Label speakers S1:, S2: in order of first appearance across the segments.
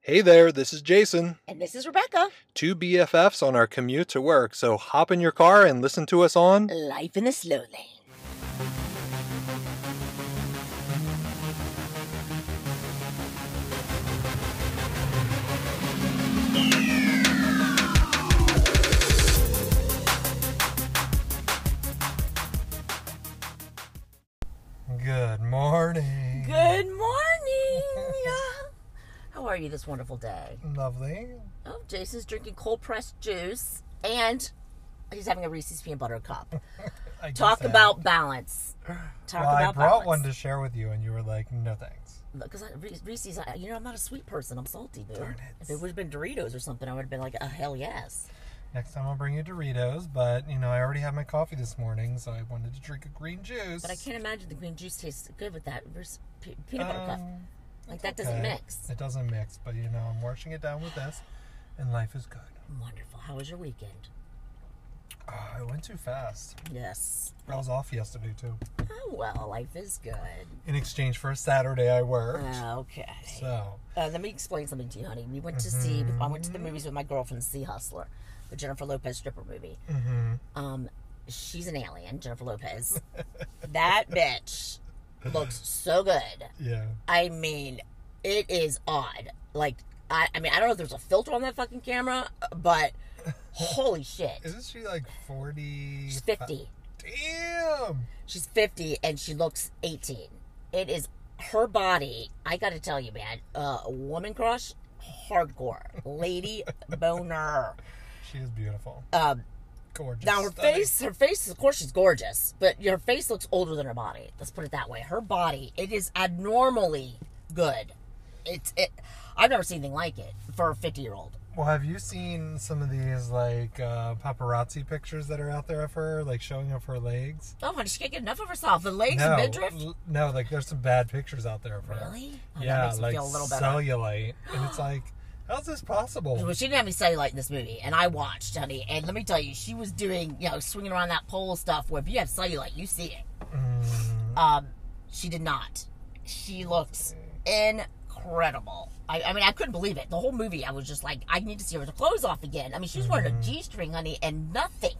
S1: Hey there, this is Jason.
S2: And this is Rebecca.
S1: Two BFFs on our commute to work, so hop in your car and listen to us on.
S2: Life in the slow lane.
S1: Good morning.
S2: Good morning. How are you this wonderful day?
S1: Lovely.
S2: Oh, Jason's drinking cold pressed juice and he's having a Reese's peanut butter cup.
S1: I guess
S2: Talk
S1: that-
S2: about balance. Talk
S1: Well,
S2: about
S1: I brought
S2: balance.
S1: one to share with you, and you were like, "No thanks."
S2: because Reese's, I- you know, I'm not a sweet person. I'm salty, dude.
S1: Darn it.
S2: If it would have been Doritos or something, I would have been like, oh, hell yes.
S1: Next time I'll bring you Doritos, but you know I already had my coffee this morning, so I wanted to drink a green juice.
S2: But I can't imagine the green juice tastes good with that Reese- pe- peanut butter cup.
S1: Um,
S2: Like that doesn't
S1: okay.
S2: mix.
S1: It doesn't mix, but you know I'm washing it down with this, and life is good.
S2: Wonderful. How was your weekend?
S1: Ah, I went too fast.
S2: Yes.
S1: I was off yesterday too.
S2: Oh well, life is good.
S1: In exchange for a Saturday, I worked.
S2: Mm. Okay.
S1: So
S2: Uh, let me explain something to you, honey. We went to see. I went to the movies with my girlfriend, Sea Hustler, the Jennifer Lopez stripper movie. Um, she's an alien, Jennifer Lopez. that bitch looks so good.
S1: yeah,
S2: I mean, it is odd. Like, I, I mean, I don't know if there's a filter on that fucking camera, but holy shit,
S1: isn't she like forty?
S2: she's fifty.
S1: Damn.
S2: She's 50 and she looks 18. It is her body. I got to tell you, man, uh, woman crush, hardcore. Lady boner.
S1: She is beautiful.
S2: Um,
S1: Gorgeous.
S2: now her
S1: Stunning.
S2: face, her face, of course, she's gorgeous, but her face looks older than her body. Let's put it that way. Her body, it is abnormally good. It's it. I've never seen anything like it for a 50 year old.
S1: Well, have you seen some of these like uh, paparazzi pictures that are out there of her, like showing off her legs?
S2: Oh, honey, she can't get enough of herself. The legs
S1: no,
S2: and midriff.
S1: l- no, like there's some bad pictures out there of her.
S2: Really? Oh,
S1: yeah,
S2: that makes me
S1: like
S2: feel a little better.
S1: cellulite, and it's like, how's this possible?
S2: Well, she didn't have any cellulite in this movie, and I watched, honey. And let me tell you, she was doing, you know, swinging around that pole stuff. Where if you have cellulite, you see it. Um, she did not. She looks incredible. I, I mean, I couldn't believe it. The whole movie, I was just like, I need to see her with her clothes off again. I mean, she was wearing a g-string, honey, and nothing.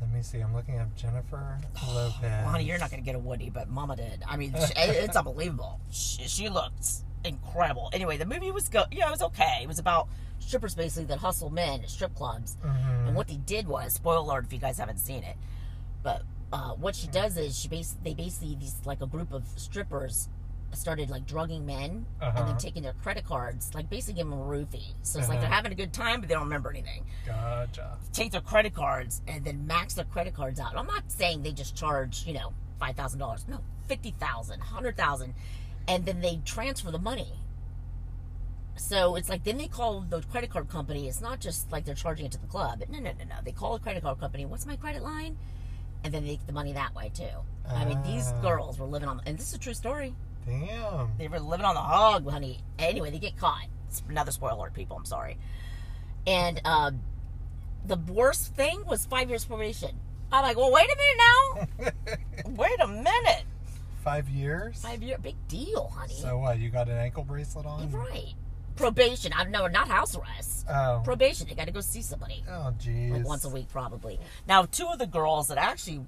S1: Let me see. I'm looking at Jennifer Lopez.
S2: Well, honey, you're not gonna get a Woody, but Mama did. I mean, she, it- it's unbelievable. She, she looks incredible. Anyway, the movie was good. Yeah, it was okay. It was about strippers basically that hustle men at strip clubs,
S1: Mm-hmm.
S2: and what they did was spoiler alert if you guys haven't seen it, but uh, what she does is she bas they basically these like a group of strippers started like drugging men and
S1: Uh-huh.
S2: then taking their credit cards, like basically giving them a roofie. So it's like
S1: Uh-huh.
S2: they're having a good time, but they don't remember anything
S1: Gotcha.
S2: take their credit cards and then max their credit cards out. I'm not saying they just charge, you know, five thousand dollars. No, fifty thousand, hundred thousand, and then they transfer the money. So it's like then they call the credit card company. It's not just like they're charging it to the club. No, no, no, no. They call the credit card company. What's my credit line? And then they get the money that way too. I mean, these
S1: Ah.
S2: girls were living on, and this is a true story.
S1: Damn.
S2: They were living on the hog, honey. Anyway, they get caught. It's another spoiler alert, people. I'm sorry. And um, the worst thing was five years probation. I'm like, well, wait a minute now. wait a minute.
S1: Five years.
S2: Five year, big deal, honey.
S1: So what? You got an ankle bracelet on?
S2: right. Probation. I no, not house arrest.
S1: Oh.
S2: Probation. They got to go see somebody
S1: oh, jeez.
S2: like once a week, probably. Now, two of the girls that actually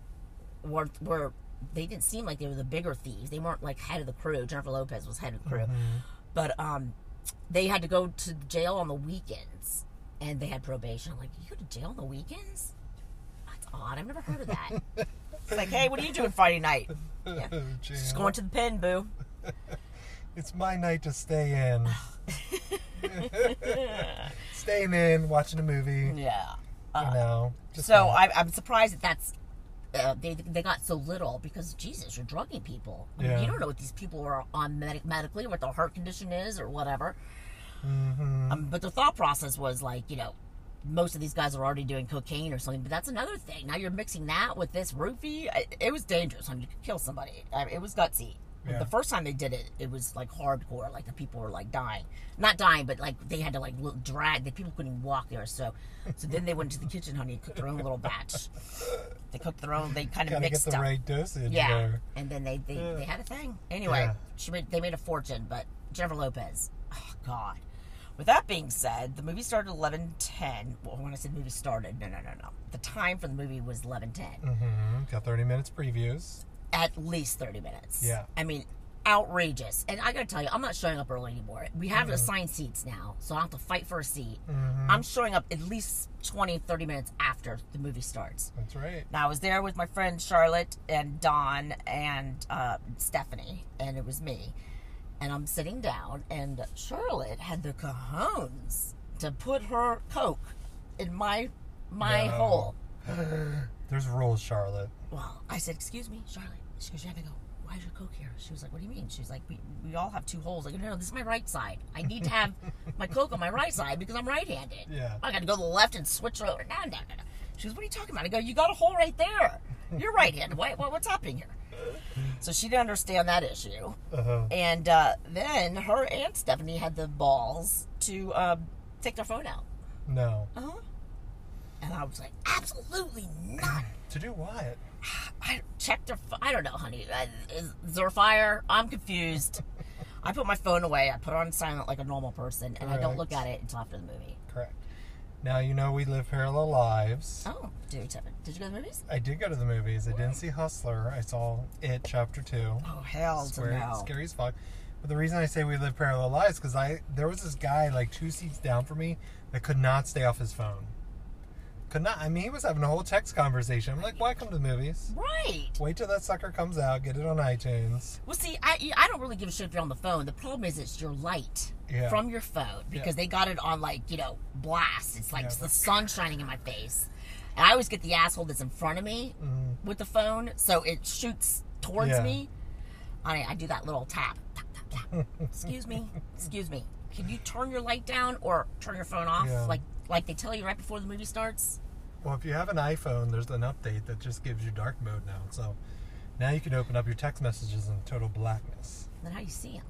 S2: were were they didn't seem like they were the bigger thieves. They weren't like head of the crew. Jennifer Lopez was head of the crew, but um, they had to go to jail on the weekends, and they had probation. I'm like, you go to jail on the weekends? That's odd. I've never heard of that. it's like, hey, what are you doing Friday night? Yeah.
S1: Oh, jeez.
S2: Just going to the pen, boo.
S1: It's my night to stay in. Staying in, watching a movie.
S2: Yeah.
S1: you know. Just
S2: So I, I'm surprised that that's uh, they they got so little because Jesus, you're drugging people. I mean,
S1: Yeah.
S2: You don't know what these people are on med- medically, what their heart condition is, or whatever.
S1: Mhm.
S2: Um, but the thought process was like, you know, most of these guys are already doing cocaine or something. But that's another thing. Now you're mixing that with this roofie. I- It was dangerous. I mean, you could kill somebody. I mean, it was gutsy.
S1: Yeah.
S2: The first time they did it, it was like hardcore. Like the people were like dying, not dying, but like they had to like little drag. The people couldn't walk there, so so then they went to the kitchen, honey, and cooked their own little batch. They cooked their own. They kind of
S1: Gotta get
S2: mixed
S1: the
S2: up.
S1: right dosage
S2: Yeah,
S1: there.
S2: and then they they, they had a thing. Anyway,
S1: Yeah.
S2: she made, they made a fortune, but Jennifer Lopez, oh god, With that being said, the movie started at eleven ten. Well, when I said movie started, no, no, no, no. The time for the movie was eleven ten.
S1: hmm Got 30 minutes previews.
S2: At least thirty minutes.
S1: Yeah.
S2: I mean, outrageous. And I gotta tell you, I'm not showing up early anymore. We
S1: Mm-hmm.
S2: have assigned seats now, so I don't have to fight for a seat. I'm showing up at least 20, 30 minutes after the movie starts.
S1: That's right.
S2: Now, I was there with my friend Charlotte and Don and uh, Stephanie, and it was me. And I'm sitting down, and Charlotte had the cojones to put her coke in my my
S1: No.
S2: hole.
S1: There's rules, Charlotte.
S2: Well, I said, "Excuse me, Charlotte." She goes, "Yeah." And I go, "Why is your coke here?" She was like, "What do you mean?" She was like, "We, we all have two holes." I go, "No, no, this is my right side. I need to have my coke on my right side because I'm right-handed.
S1: Yeah.
S2: I got to go to the left and switch over." No, no, no, no. She goes, "What are you talking about?" I go, "You got a hole right there. You're right-handed. What, what, what's happening here?" So she didn't understand that issue.
S1: Uh-huh.
S2: And uh, then her aunt Stephanie had the balls to um, take their phone out.
S1: No.
S2: Uh huh. And I was like, "Absolutely not."
S1: To do what?
S2: I checked her. ph- I don't know, honey. I- Is, is there a fire? I'm confused. I put my phone away. I put it on silent like a normal person, and I don't look at
S1: Correct.
S2: it until after the movie.
S1: Correct. Now you know we live parallel lives.
S2: Oh, do you, did you go to the movies?
S1: I did go to the movies. I didn't see Hustler. I saw It Chapter Two.
S2: Oh hell
S1: Swear- Scary as fuck. But the reason I say we live parallel lives because I there was this guy like two seats down from me that could not stay off his phone. Could not. I mean, he was having a whole text conversation. I'm like, why come to the movies?
S2: Right.
S1: Wait till that sucker comes out. Get it on iTunes.
S2: Well, see, I I don't really give a shit if you're on the phone. The problem is it's your light
S1: Yeah.
S2: from your phone because they got it on like you know blast. It's like
S1: Yeah.
S2: the sun shining in my face, and I always get the asshole that's in front of me with the phone, so it shoots towards
S1: Mm-hmm. Yeah.
S2: me. I I do that little tap. tap, tap, tap. excuse me, excuse me. Can you turn your light down or turn your phone off,
S1: Yeah.
S2: like like they tell you right before the movie starts?
S1: Well, if you have an iPhone, there's an update that just gives you dark mode now. So now you can open up your text messages in total blackness,
S2: Then how do you see him?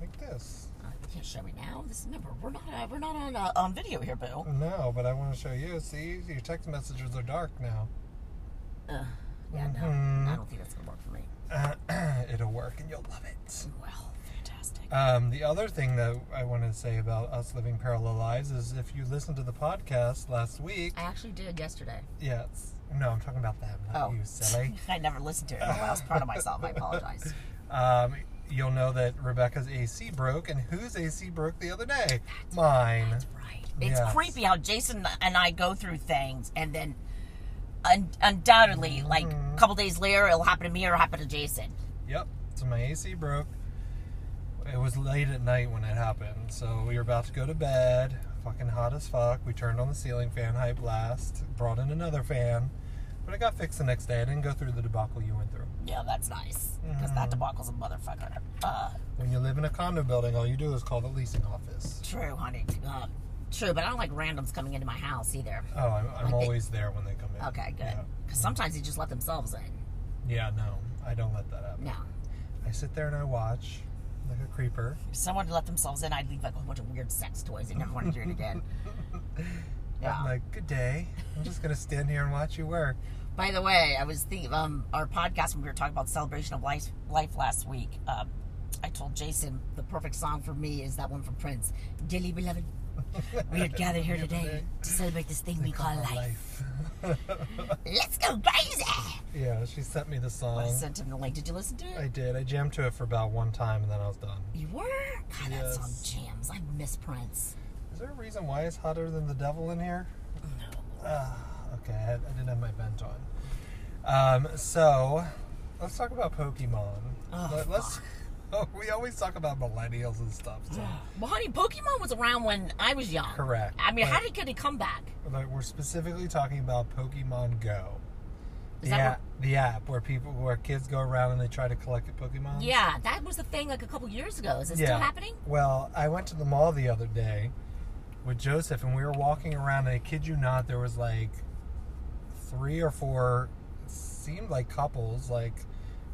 S1: like this.
S2: Uh, you can't show me now. This remember we're not uh, we're not on uh, on video here, Bill.
S1: No, but I want to show you. See, your text messages are dark now.
S2: Uh, yeah, no,
S1: Mhm.
S2: I don't think that's gonna work for me.
S1: it'll work, and you'll love it.
S2: Well, fantastic.
S1: Um, the other thing that I wanted to say about us living parallel lives is if you listened to the podcast last week,
S2: I actually did yesterday.
S1: yes. No, I'm talking about them, not
S2: Oh,
S1: you, silly.
S2: I never listened to it. Well, I was proud of myself. I apologize.
S1: Um, you'll know that Rebecca's AC broke, and whose AC broke the other day? Mine.
S2: That's right. It's
S1: Yes.
S2: creepy how Jason and I go through things, and then un- undoubtedly, like
S1: Mm-hmm.
S2: a couple days later, it'll happen to me or it'll happen to Jason.
S1: Yep. So my AC broke. It was late at night when it happened, so we were about to go to bed. Fucking hot as fuck. We turned on the ceiling fan, high blast. Brought in another fan, but it got fixed the next day. I didn't go through the debacle you went through.
S2: Yeah, that's nice because
S1: Mm-hmm.
S2: that debacle's a motherfucker. Uh,
S1: When you live in a condo building, all you do is call the leasing office.
S2: true, honey. Uh, true, but I don't like randoms coming into my house either.
S1: Oh, I'm, I'm
S2: think-
S1: always there when they come in.
S2: Okay, good.
S1: Yeah.
S2: Because sometimes they just let themselves in.
S1: Yeah, no, I don't let that happen.
S2: No,
S1: I sit there and I watch like a creeper.
S2: If someone let themselves in, I'd leave like a whole bunch of weird sex toys. I never want to do it again. Yeah.
S1: I'm like, good day. I'm just gonna stand here and watch you work.
S2: By the way, I was thinking um our podcast when we were talking about the celebration of life life last week. Um, I told Jason the perfect song for me is that one from Prince, "Dearly Beloved." We are gathered here today to celebrate this thing we call life. Let's go crazy!
S1: Yeah, she sent me the song.
S2: I sent him the link. Did you listen to
S1: I
S2: it?
S1: did. I jammed to it for about one time and then I was done.
S2: You were? God, that song
S1: Yes.
S2: jams. I miss Prince.
S1: Is there a reason why it's hotter than the devil in here?
S2: No.
S1: Ah, okay, I, had, I didn't have my vent on. Um, so let's talk about Pokemon.
S2: Oh,
S1: us we always talk about millennials and stuff. So.
S2: Well, honey, Pokemon was around when I was young.
S1: Correct.
S2: I mean, how
S1: But-
S2: did could it come back?
S1: Like we're specifically talking about Pokemon Go.
S2: Is
S1: the
S2: that
S1: app, the app where people where kids go around and they try to collect Pokemon.
S2: Yeah, that was the thing like a couple years ago. Is it still happening?
S1: Well, I went to the mall the other day with Joseph, and we were walking around, and I kid you not, there was like three or four seemed like couples, like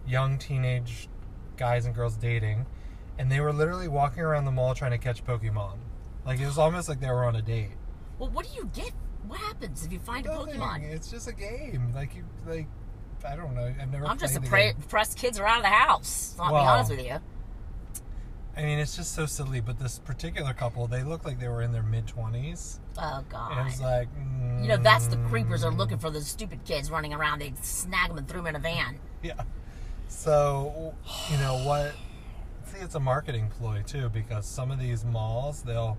S1: young teenage guys and girls dating, and they were literally walking around the mall trying to catch Pokemon. Like it was almost like they were on a date.
S2: Well, what do you get? What happens if you find
S1: Nothing.
S2: a Pokemon?
S1: It's just a game. Like you, like I don't know. I've never.
S2: I'm just
S1: played the
S2: impre-
S1: game.
S2: impressed kids are out of the house. I'll
S1: Well,
S2: be honest with you.
S1: I mean, it's just so silly. But this particular couple, they looked like they were in their mid twenties,
S2: Oh
S1: and it
S2: god.
S1: was like,
S2: You know that's the
S1: mm,
S2: creepers are looking for those stupid kids running around. They snag them and threw them in a van.
S1: yeah. So, you know what? See, it's a marketing ploy too, because some of these malls they'll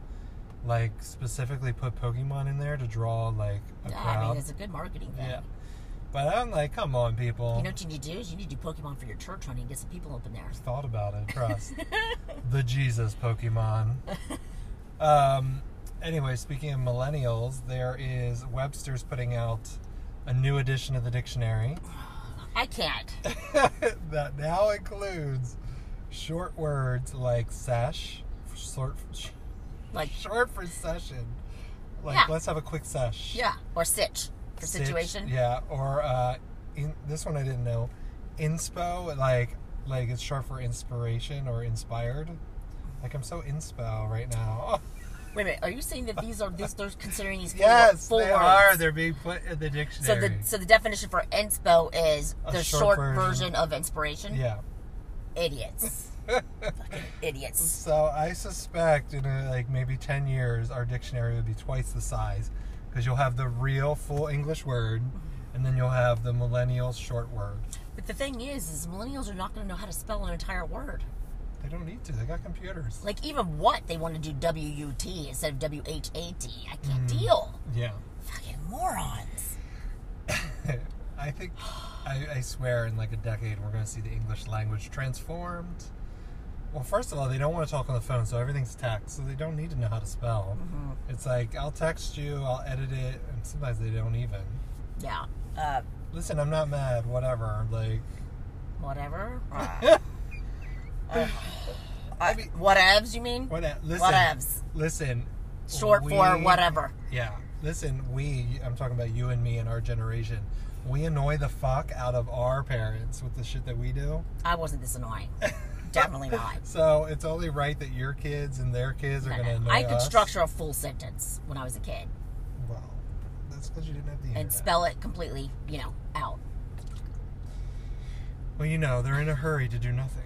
S1: like specifically put Pokemon in there to draw like a
S2: Yeah,
S1: crowd.
S2: I mean, it's a good marketing thing.
S1: yeah. But I'm like, come on, people.
S2: You know what you need to do is you need to do Pokemon for your church honey and get some people up in there.
S1: thought about it. Trust the Jesus Pokemon. Um, anyway, speaking of millennials, there is Webster's putting out a new edition of the dictionary
S2: I can't.
S1: that now includes short words like sesh, short,
S2: Like
S1: short for session. Like,
S2: Yeah.
S1: let's have a quick sesh.
S2: yeah, or sitch for
S1: Sitch,
S2: situation.
S1: Yeah, or uh, in, this one I didn't know. Inspo, like like it's short for inspiration or inspired. Like I'm so inspo right now.
S2: Wait a minute, are you saying that these are these they're considering these full-
S1: yes,
S2: full
S1: they
S2: words?
S1: are. They're being put in the
S2: so the
S1: dictionary.
S2: so the definition for inspo is
S1: A
S2: the
S1: short
S2: short,
S1: version.
S2: version. of inspiration.
S1: yeah.
S2: Idiots. Fucking idiots.
S1: So I suspect in uh like maybe ten years our dictionary would be twice the size because you'll have the real full English word, and then you'll have the millennial short word.
S2: But the thing is, is millennials are not going to know how to spell an entire word.
S1: They don't need to. They got computers.
S2: Like even what they want to do W U T instead of W H A T. I can't
S1: Mm.
S2: deal.
S1: yeah.
S2: Fucking morons.
S1: I think, I, I swear, in like a decade, we're going to see the English language transformed. Well, first of all, they don't want to talk on the phone, so everything's text, so they don't need to know how to spell. It's like, I'll text you, I'll edit it, and sometimes they don't even.
S2: Yeah. Uh,
S1: Listen, I'm not mad, whatever. Like,
S2: whatever. Uh, uh, I mean, whatevs, you mean?
S1: what? Listen.
S2: Whatevs.
S1: Listen.
S2: Short for
S1: we-
S2: whatever.
S1: Yeah. Listen, we, I'm talking about you and me and our generation, we annoy the fuck out of our parents with the shit that we do.
S2: I wasn't this annoying. Definitely not.
S1: So it's only right that your kids and their kids are
S2: No,
S1: going to annoy
S2: no. I could
S1: us.
S2: structure a full sentence when I was a kid
S1: Well, that's because you didn't have the
S2: and
S1: internet.
S2: spell it completely, you know, out.
S1: Well, you know they're in a hurry to do nothing.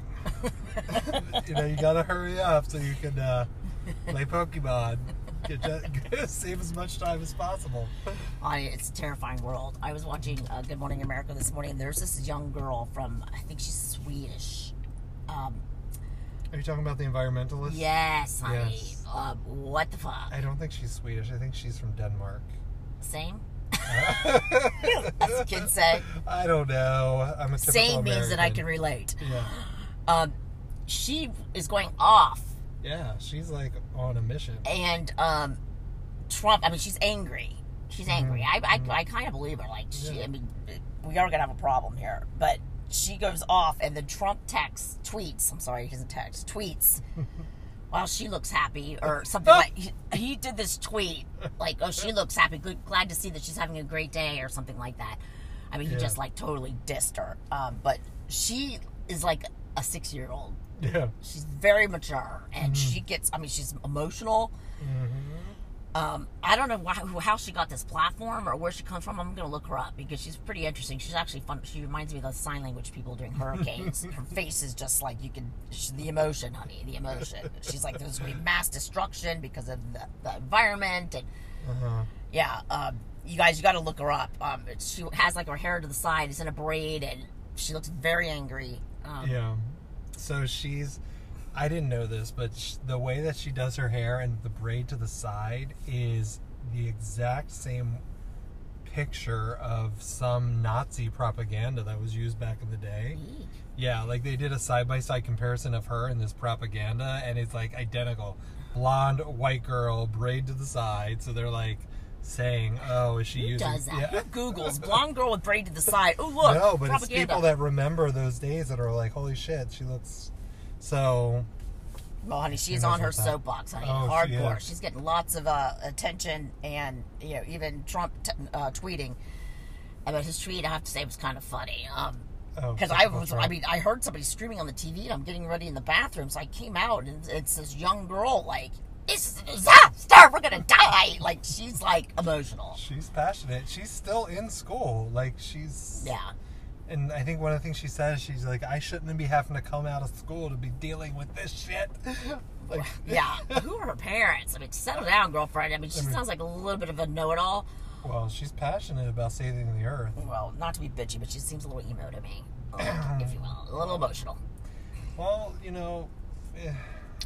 S1: you know you gotta hurry up so you can uh, play Pokemon. Get that- save as much time as possible.
S2: I, it's a terrifying world. I was watching uh, Good Morning America this morning, and there's this young girl from, I think she's Swedish. Um,
S1: Are you talking about the environmentalist?
S2: yes, honey.
S1: Yes.
S2: Um, what the fuck?
S1: I don't think she's Swedish. I think she's from Denmark.
S2: Same?
S1: As
S2: the kid said.
S1: I don't know. I'm a typical
S2: Same means that I can
S1: American.
S2: relate.
S1: Yeah.
S2: Um, she is going off,
S1: Yeah. She's like on a mission.
S2: and um, Trump, I mean, she's angry. She's angry. I, I, I kind of believe her. Like, she,
S1: Mm-hmm. Yeah.
S2: I mean, we are going to have a problem here. But she goes off, and then Trump texts, tweets, I'm sorry, he doesn't text, tweets. Well, she looks happy, or something like he, he did this tweet, like, "Oh, she looks happy. Good, glad to see that she's having a great day," or something like that. I mean, he
S1: Yeah.
S2: just like totally dissed her. Um, but she is like a six-year-old.
S1: Yeah.
S2: She's very mature, and she gets. I mean, she's emotional. Um, I don't know why, how she got this platform or where she comes from. I'm going to look her up because she's pretty interesting. She's actually fun. She reminds me of those sign language people during hurricanes. her face is just like you can she's the emotion, honey, the emotion. She's like there's going to be mass destruction because of the, the environment and
S1: Uh-huh.
S2: yeah. Um, you guys, you got to look her up. Um, it's- she has like her hair to the side. It's in a braid, and she looks very angry. Um,
S1: Yeah. So she's. I didn't know this, but sh- the way that she does her hair and the braid to the side is the exact same picture of some Nazi propaganda that was used back in the day.
S2: Eek.
S1: Yeah, like they did a side by side comparison of her and this propaganda, and it's like identical. Blonde, white girl, braid to the side. So they're like saying, oh, is she
S2: Who
S1: using.
S2: does that?
S1: Yeah.
S2: Who Googles blonde girl with braid to the side? Oh look,
S1: No, but
S2: propaganda.
S1: it's people that remember those days that are like, holy shit, she looks so.
S2: Well, honey, she's
S1: knows
S2: on her
S1: what's up?
S2: soapbox, honey,
S1: Oh, she
S2: hardcore.
S1: is.
S2: she's getting lots of uh, attention, and you know, even Trump t- uh, tweeting about his tweet. I have to say, it was kind of funny. Um,
S1: oh,
S2: because I
S1: fuck,
S2: was,
S1: that's
S2: I
S1: right.
S2: mean, I heard somebody screaming on the TV, and I'm getting ready in the bathroom. So I came out, and it's this young girl, like, this is a disaster. We're gonna die. Like she's like emotional.
S1: she's passionate. She's still in school. Like she's
S2: Yeah.
S1: And I think one of the things she says, she's like, I shouldn't be having to come out of school to be dealing with this shit. like,
S2: Yeah. Who are her parents? I mean, settle down, girlfriend. I mean, she
S1: I mean-
S2: sounds like a little bit of a know it all.
S1: well, she's passionate about saving the earth.
S2: Well, not to be bitchy, but she seems a little emo to me, like, if you will. A little emotional.
S1: Well, you know, eh,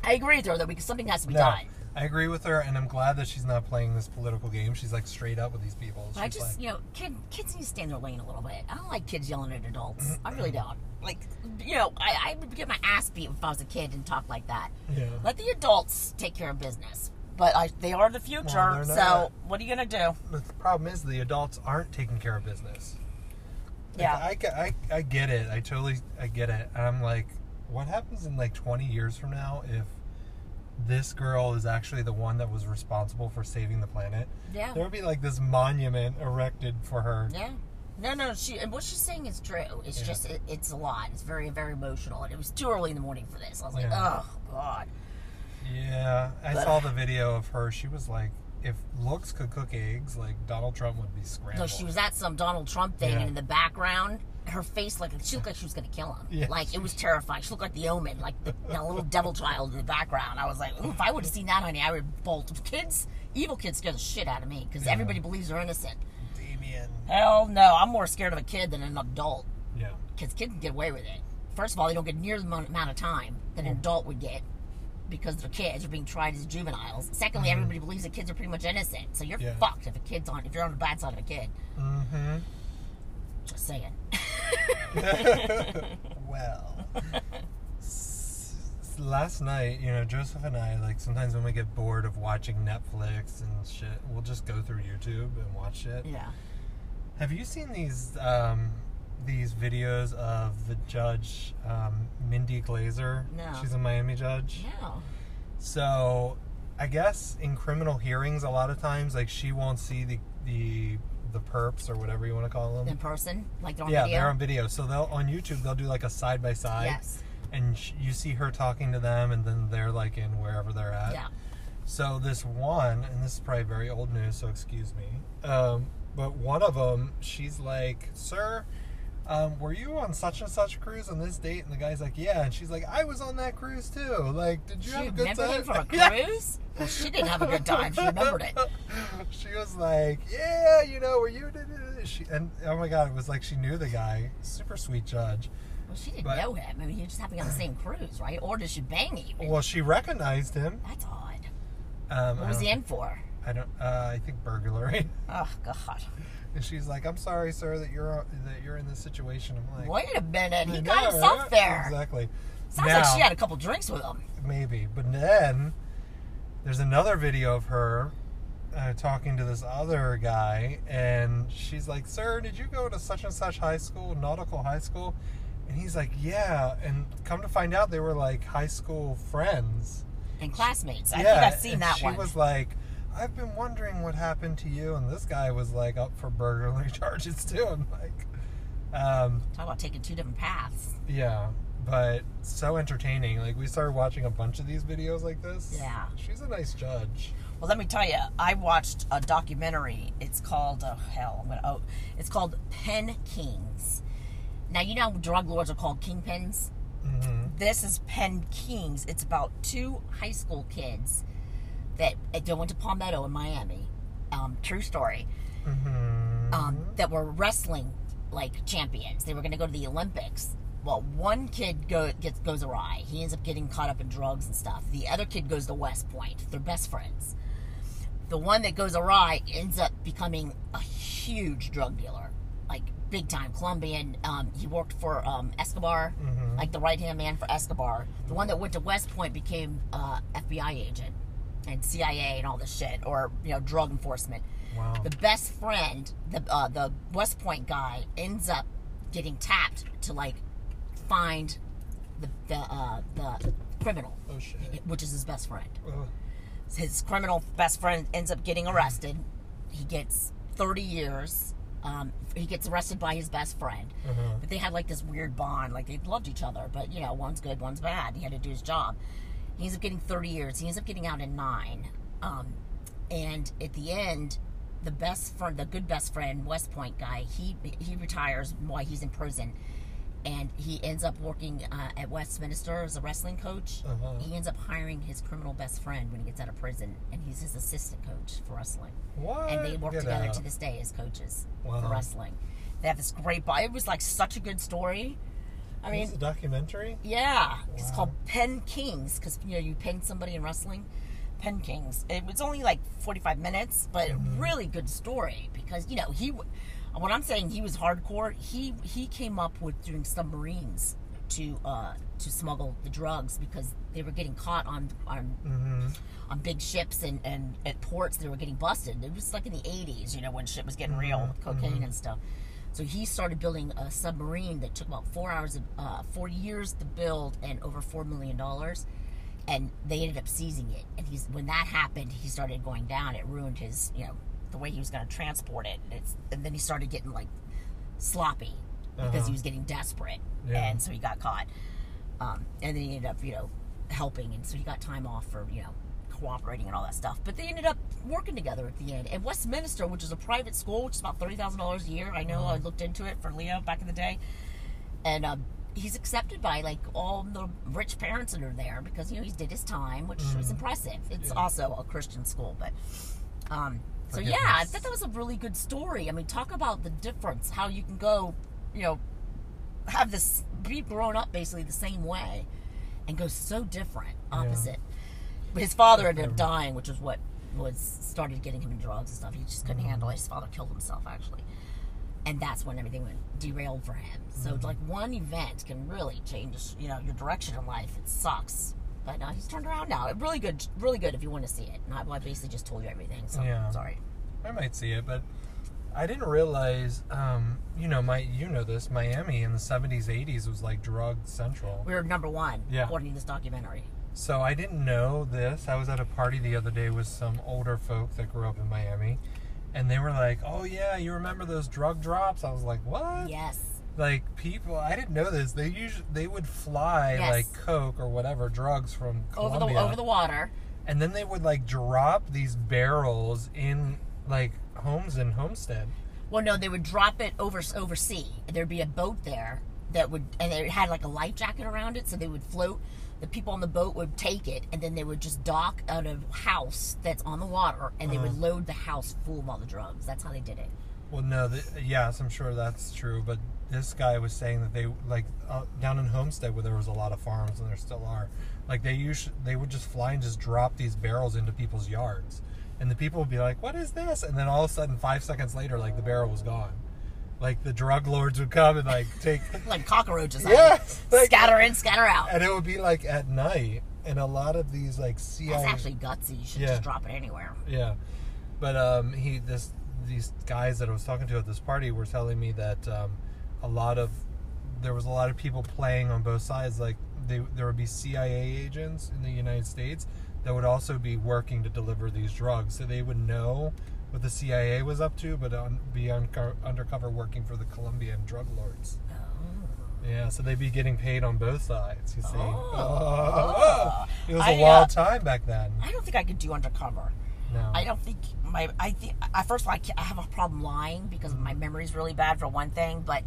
S2: I agree with her, though, because something has to be
S1: no,
S2: done.
S1: I agree with her, and I'm glad that she's not playing this political game. She's like straight up with these people. She's
S2: I just,
S1: like,
S2: you know, kid, kids need to stay in their lane a little bit. I don't like kids yelling at adults. I really don't. Like, you know, I, I would get my ass beat if I was a kid and talk like that.
S1: yeah.
S2: Let the adults take care of business. But I, they are the
S1: they're
S2: future, so
S1: not.
S2: what are you going to do?
S1: But the problem is the adults aren't taking care of business. Like, I, ge- I, I get it. I totally I get it. And I'm like, what happens in like 20 years from now if this girl is actually the one that was responsible for saving the planet?
S2: yeah.
S1: There would be like this monument erected for her.
S2: Yeah. No, no, she and what she's saying is true. It's
S1: Yeah.
S2: just it, it's a lot. It's very, very emotional, and it was too early in the morning for this. I was like,
S1: Yeah.
S2: oh god.
S1: Yeah, I
S2: But-
S1: saw the video of her. She was like, if looks could cook eggs, like Donald Trump would be
S2: So
S1: scrambled.
S2: she was at some Donald Trump thing,
S1: Yeah.
S2: and in the background, her face like she looked like she was gonna kill him.
S1: Yeah.
S2: Like it was terrifying. She looked like the Omen, like the, the little devil child in the background. I was like, Ooh, if I would have seen that, honey, I would bolt. Kids, evil kids scare the shit out of me because
S1: Yeah.
S2: everybody believes they're innocent.
S1: Damien.
S2: Hell no, I'm more scared of a kid than an adult
S1: Yeah.
S2: because kids can get away with it. First of all, they don't get near the amount amount of time that
S1: Hmm.
S2: an adult would get because they're kids are being tried as juveniles. Secondly, everybody believes that kids are pretty much innocent, so you're
S1: Hmm. Yeah.
S2: fucked if a kid's on if you're on the bad side of a kid.
S1: Mm-hmm.
S2: Just saying.
S1: well s- s- last night you know joseph and i like sometimes when we get bored of watching netflix and shit we'll just go through youtube and watch it
S2: Yeah.
S1: have you seen these um these videos of the judge um, mindy glazer
S2: No.
S1: she's a miami judge
S2: No.
S1: so i guess in criminal hearings a lot of times like she won't see the the the perps or whatever you want to call them
S2: In person, like they're on
S1: yeah
S2: video.
S1: they're on video so they'll on youtube they'll do like a side by side
S2: Yes.
S1: and sh- you see her talking to them, and then they're like in wherever they're at.
S2: Yeah.
S1: So this one, and this is probably very old news, so excuse me. Um, but one of them, she's like, "Sir, um, were you on such and such cruise on this date?" And the guy's like, "Yeah," and she's like, "I was on that cruise too. Like, did you
S2: She
S1: have a good
S2: remembered
S1: time?"
S2: him from a
S1: Yeah.
S2: cruise? Well, she didn't have a good time. She remembered it.
S1: she was like, "Yeah, you know, were you?" da- da- da." She, and oh my god, it was like she knew the guy. Super sweet judge.
S2: Well, she didn't
S1: But-
S2: know him. I mean, you just happened to be on the same cruise, right? Or did she bang even?
S1: Well, she recognized him.
S2: That's odd.
S1: Um, I
S2: What was
S1: don't-
S2: he in for?
S1: I don't. Uh, I think burglary.
S2: Oh God.
S1: And she's like, "I'm sorry, sir, that you're that you're in this situation." I'm like,
S2: Wait a minute.
S1: I
S2: He got
S1: know,
S2: himself
S1: right?
S2: there.
S1: Exactly.
S2: Sounds
S1: now,
S2: like she had a couple drinks with him.
S1: maybe, but then there's another video of her uh, talking to this other guy, and she's like, "Sir, did you go to such and such high school, nautical high school?" And he's like, "Yeah." And come to find out, they were like high school friends.
S2: And classmates. I
S1: yeah,
S2: think I've seen
S1: and
S2: that
S1: she
S2: one.
S1: was like. I've been wondering what happened to you, and this guy was like up for burglary charges too. I'm like, um,
S2: Talk about taking two different paths.
S1: Yeah, but so entertaining. Like we started watching a bunch of these videos like this.
S2: Yeah.
S1: she's a nice judge.
S2: Well, let me tell you, I watched a documentary. It's called oh hell, I'm gonna oh, it's called Pen Kings. Now you know how drug lords are called kingpins.
S1: hmm
S2: This is Pen Kings. It's about two high school kids that they went to Palmetto in Miami. Um, true story.
S1: hmm
S2: um, that were wrestling like champions. They were going to go to the Olympics. Well, one kid go, gets goes awry. He ends up getting caught up in drugs and stuff. The other kid goes to West Point. They're best friends. The one that goes awry ends up becoming a huge drug dealer, like big time Colombian. Um, he worked for um, Escobar, like the right hand man for Escobar. The one that went to West Point became uh, FBI agent and CIA and all this shit, or you know, drug enforcement
S1: Wow.
S2: the best friend, the uh, the West Point guy, ends up getting tapped to like find the the uh, the criminal,
S1: oh shit.
S2: which is his best friend.
S1: Ugh.
S2: His criminal best friend ends up getting arrested. He gets thirty years. Um, he gets arrested by his best friend,
S1: Uh-huh.
S2: but they had like this weird bond, like they loved each other. But you know, one's good, one's bad. He had to do his job. He ends up getting thirty years. He ends up getting out in nine. Um, and at the end, the best friend, the good best friend, West Point guy. He he retires while he's in prison, and he ends up working uh, at Westminster as a wrestling coach.
S1: Uh-huh.
S2: He ends up hiring his criminal best friend when he gets out of prison, and he's his assistant coach for wrestling.
S1: What?
S2: And they work
S1: Get
S2: together
S1: out.
S2: to this day as coaches for
S1: Wow.
S2: wrestling. They have this great. Bo- it was like such a good story. I mean,
S1: This is a documentary.
S2: yeah, it's
S1: Wow.
S2: called Pen Kings because you know you pin somebody in wrestling. Pen Kings. It was only like forty-five minutes, but a really good story because you know he. w- When I'm saying he was hardcore, he he came up with doing submarines to uh, to smuggle the drugs because they were getting caught on on
S1: Mm-hmm.
S2: on big ships and, and at ports they were getting busted. It was like in the 80s, you know, when shit was getting real with cocaine and stuff. So he started building a submarine that took about four hours, of- uh, four years to build, and over four million dollars. And they ended up seizing it. And he's when that happened, he started going down. It ruined his, you know, the way he was going to transport it. And, it's, and then he started getting like sloppy because
S1: Uh-huh.
S2: he was getting desperate,
S1: Yeah.
S2: and so he got caught. Um, and then he ended up, you know, helping, and so he got time off for, you know, cooperating and all that stuff. But they ended up working together at the end. And Westminster, which is a private school, which is about thirty thousand dollars a year. I know
S1: Uh-huh.
S2: I looked into it for Leo back in the day, and um, he's accepted by like all the rich parents that are there because you know he did his time, which was impressive. It's
S1: Mm-hmm. Yeah.
S2: also a Christian school, but. Um, so yeah, I
S1: Forgiveness.
S2: thought that was a really good story. I mean, talk about the difference how you can go, you know, have this be grown up basically the same way, and go so different, opposite. But his father ended up dying, which is what was started getting him into drugs and stuff. He just
S1: Mm-hmm.
S2: couldn't handle it. His father killed himself actually, and that's when everything went derailed for him. So
S1: Mm-hmm.
S2: like one event can really change, you know, your direction in life. It sucks. But uh, he's turned around now. It really good, really good. If you want to see it, and I, well, I basically just told you everything. So
S1: Yeah.
S2: sorry.
S1: I might see it, but I didn't realize. Um, you know, my you know this Miami in the seventies, eighties was like drug central.
S2: We were number one
S1: Yeah.
S2: according to this documentary.
S1: So I didn't know this. I was at a party the other day with some older folk that grew up in Miami, and they were like, "Oh yeah, you remember those drug drops?" I was like, "What?"
S2: Yes.
S1: Like people, I didn't know this. They usually they would fly
S2: Yes.
S1: like coke or whatever drugs from
S2: over
S1: Colombia
S2: the over the water.
S1: and then they would like drop these barrels in like homes in Homestead.
S2: Well, no, they would drop it over over sea. There'd be a boat there that would, and it had like a life jacket around it, so they would float. The people on the boat would take it, and then they would just dock at a house that's on the water, and they would
S1: Uh-huh.
S2: load the house full of all the drugs. That's how they did it.
S1: Well, no, th- yes, I'm sure that's true. But this guy was saying that they like uh, down in Homestead where there was a lot of farms and there still are. Like they usually they would just fly and just drop these barrels into people's yards, and the people would be like, "What is this?" And then all of a sudden, five seconds later, like the barrel was gone. Like the drug lords would come and like take,
S2: Like cockroaches, out.
S1: Yes, like- uh,
S2: scatter in, scatter out.
S1: and it would be like at night, and a lot of these like CIA.
S2: That's actually gutsy. You should
S1: Yeah.
S2: just drop it anywhere.
S1: Yeah, but um, he this these guys that I was talking to at this party were telling me that um, a lot of there was a lot of people playing on both sides. Like they, there would be CIA agents in the United States that would also be working to deliver these drugs, so they would know what the CIA was up to, but un, be unco- undercover working for the Colombian drug lords.
S2: Oh.
S1: Yeah, so they'd be getting paid on both sides. You see,
S2: Oh. Oh.
S1: it was a
S2: I, uh,
S1: wild time back then.
S2: I don't think I could do undercover.
S1: No,
S2: I don't think my I think I first of all I, can't, I have a problem lying because
S1: Mm-hmm.
S2: my memory's really bad for one thing, but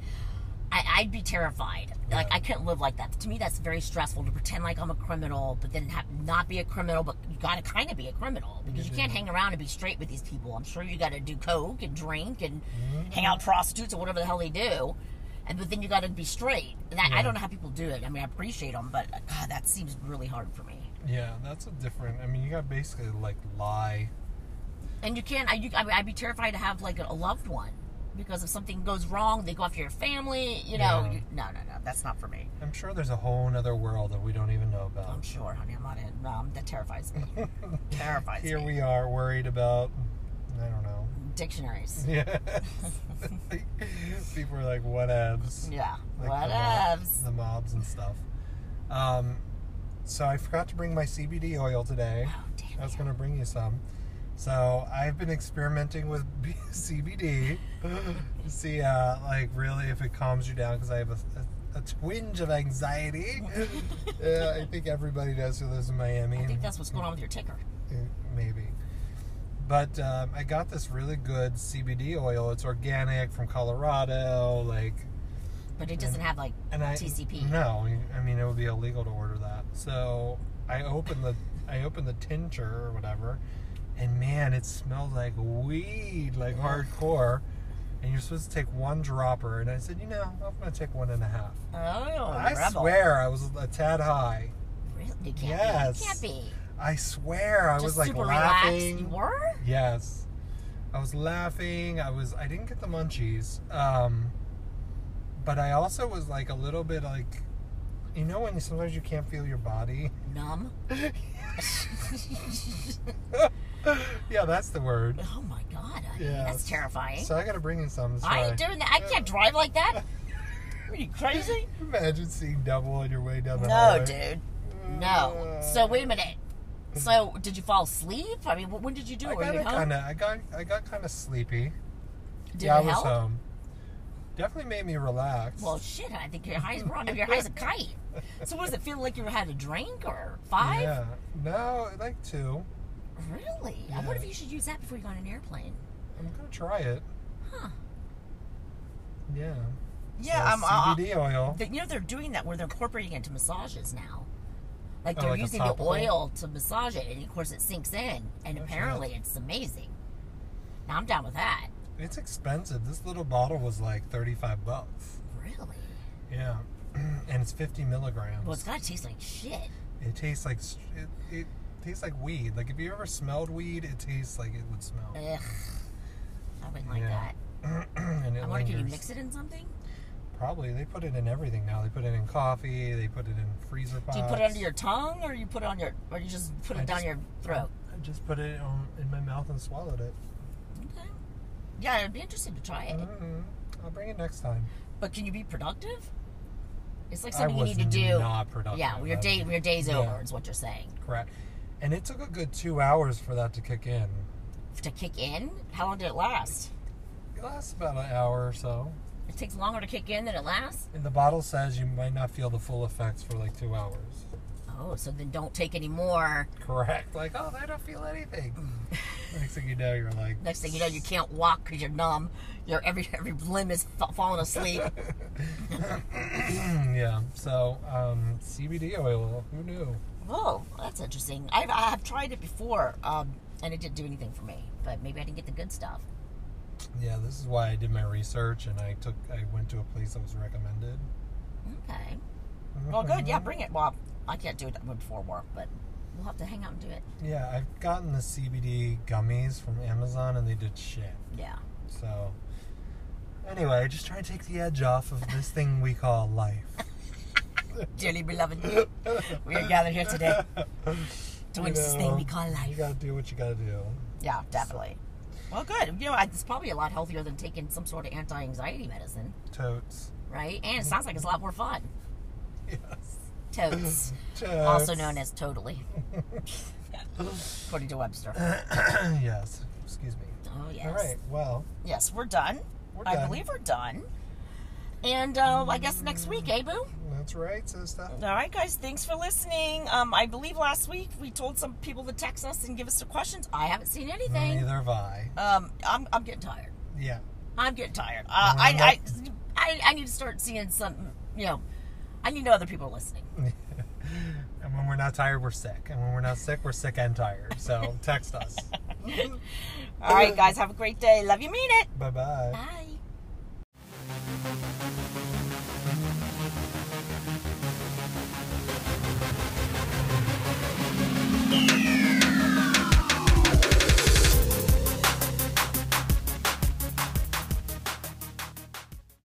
S2: I, I'd be terrified. Like
S1: Yeah.
S2: I couldn't live like that. To me, that's very stressful to pretend like I'm a criminal, but then have, not be a criminal. But you gotta kind of be a criminal because
S1: Mm-hmm.
S2: you can't hang around and be straight with these people. I'm sure you gotta do coke and drink and
S1: Mm-hmm.
S2: hang out with prostitutes or whatever the hell they do. And but then you gotta be straight. And I I don't know how people do it. I mean, I appreciate them, but uh, God, that seems really hard for me.
S1: Yeah, that's a different. I mean, you got basically like lie.
S2: And you can't. I, you, I mean, I'd be terrified to have like a, loved one because if something goes wrong, they go after your family. You know,
S1: Yeah.
S2: you, no, no, no, that's not for me.
S1: I'm sure there's a whole other world that we don't even know
S2: I'm
S1: about.
S2: sure, honey. I'm not in. Um, that terrifies me. terrifies
S1: Here
S2: me.
S1: we are worried about. I don't know.
S2: Dictionaries.
S1: Yeah. People are like, whatevs.
S2: Yeah.
S1: Like the mob-
S2: Whatevs.
S1: The mobs and stuff. Um, so I forgot to bring my CBD oil today.
S2: Oh damn.
S1: I was
S2: it.
S1: gonna bring you some. So I've been experimenting with B- CBD to see, uh, like, really if it calms you down because I have a, a, a twinge of anxiety. uh, I think everybody does who lives in Miami.
S2: I think that's what's going on with your ticker.
S1: Uh, Maybe, But um, I got this really good CBD oil. It's organic from Colorado, like,
S2: But it doesn't have like
S1: and I
S2: TCP.
S1: No, I mean it would be illegal to order that. So I opened the I opened the tincture or whatever, and man, it smelled like weed, like hardcore. And you're supposed to take one dropper, and I said, you know, I'm gonna take one and a half.
S2: Oh, I
S1: I
S2: rebel.
S1: swear I was a tad high.
S2: Really? You can't
S1: Yes.
S2: be. You can't be.
S1: I swear I
S2: Just
S1: was like
S2: super relaxed. You
S1: laughing.
S2: were?
S1: Yes. I was laughing. I was I didn't get the munchies. Um but I also was like a little bit like you know when sometimes you can't feel your body?
S2: Numb.
S1: yeah, that's the word.
S2: oh my god. I mean,
S1: Yeah.
S2: That's terrifying.
S1: So I gotta bring in some. to
S2: I
S1: try.
S2: ain't doing that. I can't drive like that. Are you crazy?
S1: Imagine seeing double on your way down the
S2: No,
S1: highway.
S2: dude. No. So wait a minute. So did you fall asleep? I mean, wh- when did you do
S1: Uh, I
S2: it? Were
S1: got
S2: you at home?
S1: kind of I got I got kind of sleepy.
S2: did
S1: yeah, I
S2: it
S1: was um,
S2: help?
S1: home. Definitely made me relax.
S2: Well, shit. I think you're high as wrong. You're high as a kite. So what does it feel like? You had a drink or five?
S1: yeah. No, like two.
S2: Really? I
S1: Yeah.
S2: wonder if you should use that before you go on an airplane.
S1: I'm gonna try it.
S2: Huh.
S1: Yeah.
S2: Yeah,
S1: Uh,
S2: I'm. I-
S1: CBD oil.
S2: But, you know they're doing that where they're incorporating it into massages now. Like
S1: Oh,
S2: they're
S1: like a
S2: using the
S1: topical? Oh,
S2: oil to massage it, and of course it sinks in, and apparently it's amazing. Now I'm down with that.
S1: It's expensive. This little bottle was like 35 bucks.
S2: Really?
S1: Yeah. and it's 50 milligrams.
S2: Well, it's gotta taste like shit.
S1: It tastes like s- it, it tastes like weed. Like if you ever smelled weed, it tastes like it would smell.
S2: Ugh. I wouldn't like
S1: Yeah.
S2: that.
S1: and it
S2: Uh, I wonder, can you
S1: lingers.
S2: mix it in something?
S1: Probably they put it in everything now. They put it in coffee. They put it in freezer pots.
S2: Do you put it under your tongue, or you put it on your, or you just put it
S1: I
S2: down
S1: just-
S2: your throat?
S1: I just put it on, in my mouth and swallowed it.
S2: Okay. Yeah, it'd be interesting to try it.
S1: Mm-hmm. I'll bring it next time.
S2: But can you be productive? It's like
S1: I
S2: something you
S1: was
S2: need to do.
S1: not productive
S2: Yeah, well, your
S1: that
S2: day,
S1: day.
S2: your day's
S1: Yeah.
S2: over is what you're saying.
S1: Correct. And it took a good two hours for that to kick in.
S2: To kick in, how long did it last?
S1: It lasts about an hour or so.
S2: It takes longer to kick in than it lasts.
S1: And the bottle says you might not feel the full effects for like two hours.
S2: Oh, so then don't take any more.
S1: Correct. Like, oh, I don't feel anything. Next thing you know, you're like,
S2: Next thing you know, you can't walk because you're numb. Your every every limb is fa- falling asleep.
S1: yeah. So, um, CBD oil. Who knew?
S2: Whoa, that's interesting. I've I've tried it before, um, and it didn't do anything for me. But maybe I didn't get the good stuff.
S1: Yeah, this is why I did my research and I took, I went to a place that was recommended.
S2: Okay. Well, Oh, good. Yeah, bring it. Well, I can't do it before work, but we'll have to hang out and do it.
S1: Yeah, I've gotten the CBD gummies from Amazon and they did shit.
S2: Yeah.
S1: So, anyway, I just try to take the edge off of this thing we call life.
S2: Dearly beloved, we are gathered here today to
S1: You
S2: witness this thing
S1: know,
S2: we call
S1: You
S2: life.
S1: gotta do what you gotta do.
S2: Yeah, definitely. Well, good. You know, I- it's probably a lot healthier than taking some sort of anti-anxiety medicine,
S1: Totes.
S2: right? And it sounds like it's a lot more fun.
S1: Yes.
S2: Totes,
S1: Totes.
S2: also known as totally, according to Webster.
S1: yes. Excuse me.
S2: Oh yes.
S1: All right. Well,
S2: Yes, we're done.
S1: We're
S2: I
S1: done.
S2: believe we're done. And uh, I guess next week, eh, Boo?
S1: that's right, sister.
S2: All right, guys. Thanks for listening. Um, I believe last week we told some people to text us and give us their questions. I haven't seen anything.
S1: Neither have I.
S2: Um, I'm, I'm getting tired.
S1: Yeah.
S2: I'm getting tired. Uh,
S1: Wanna
S2: I, I, I, I need to start seeing some. You know, I need to know other people are listening.
S1: And when we're not tired, we're sick. And when we're not sick, we're sick and tired. So text us.
S2: All right, guys. Have a great day. Love you. Mean it.
S1: Bye bye.
S2: Bye.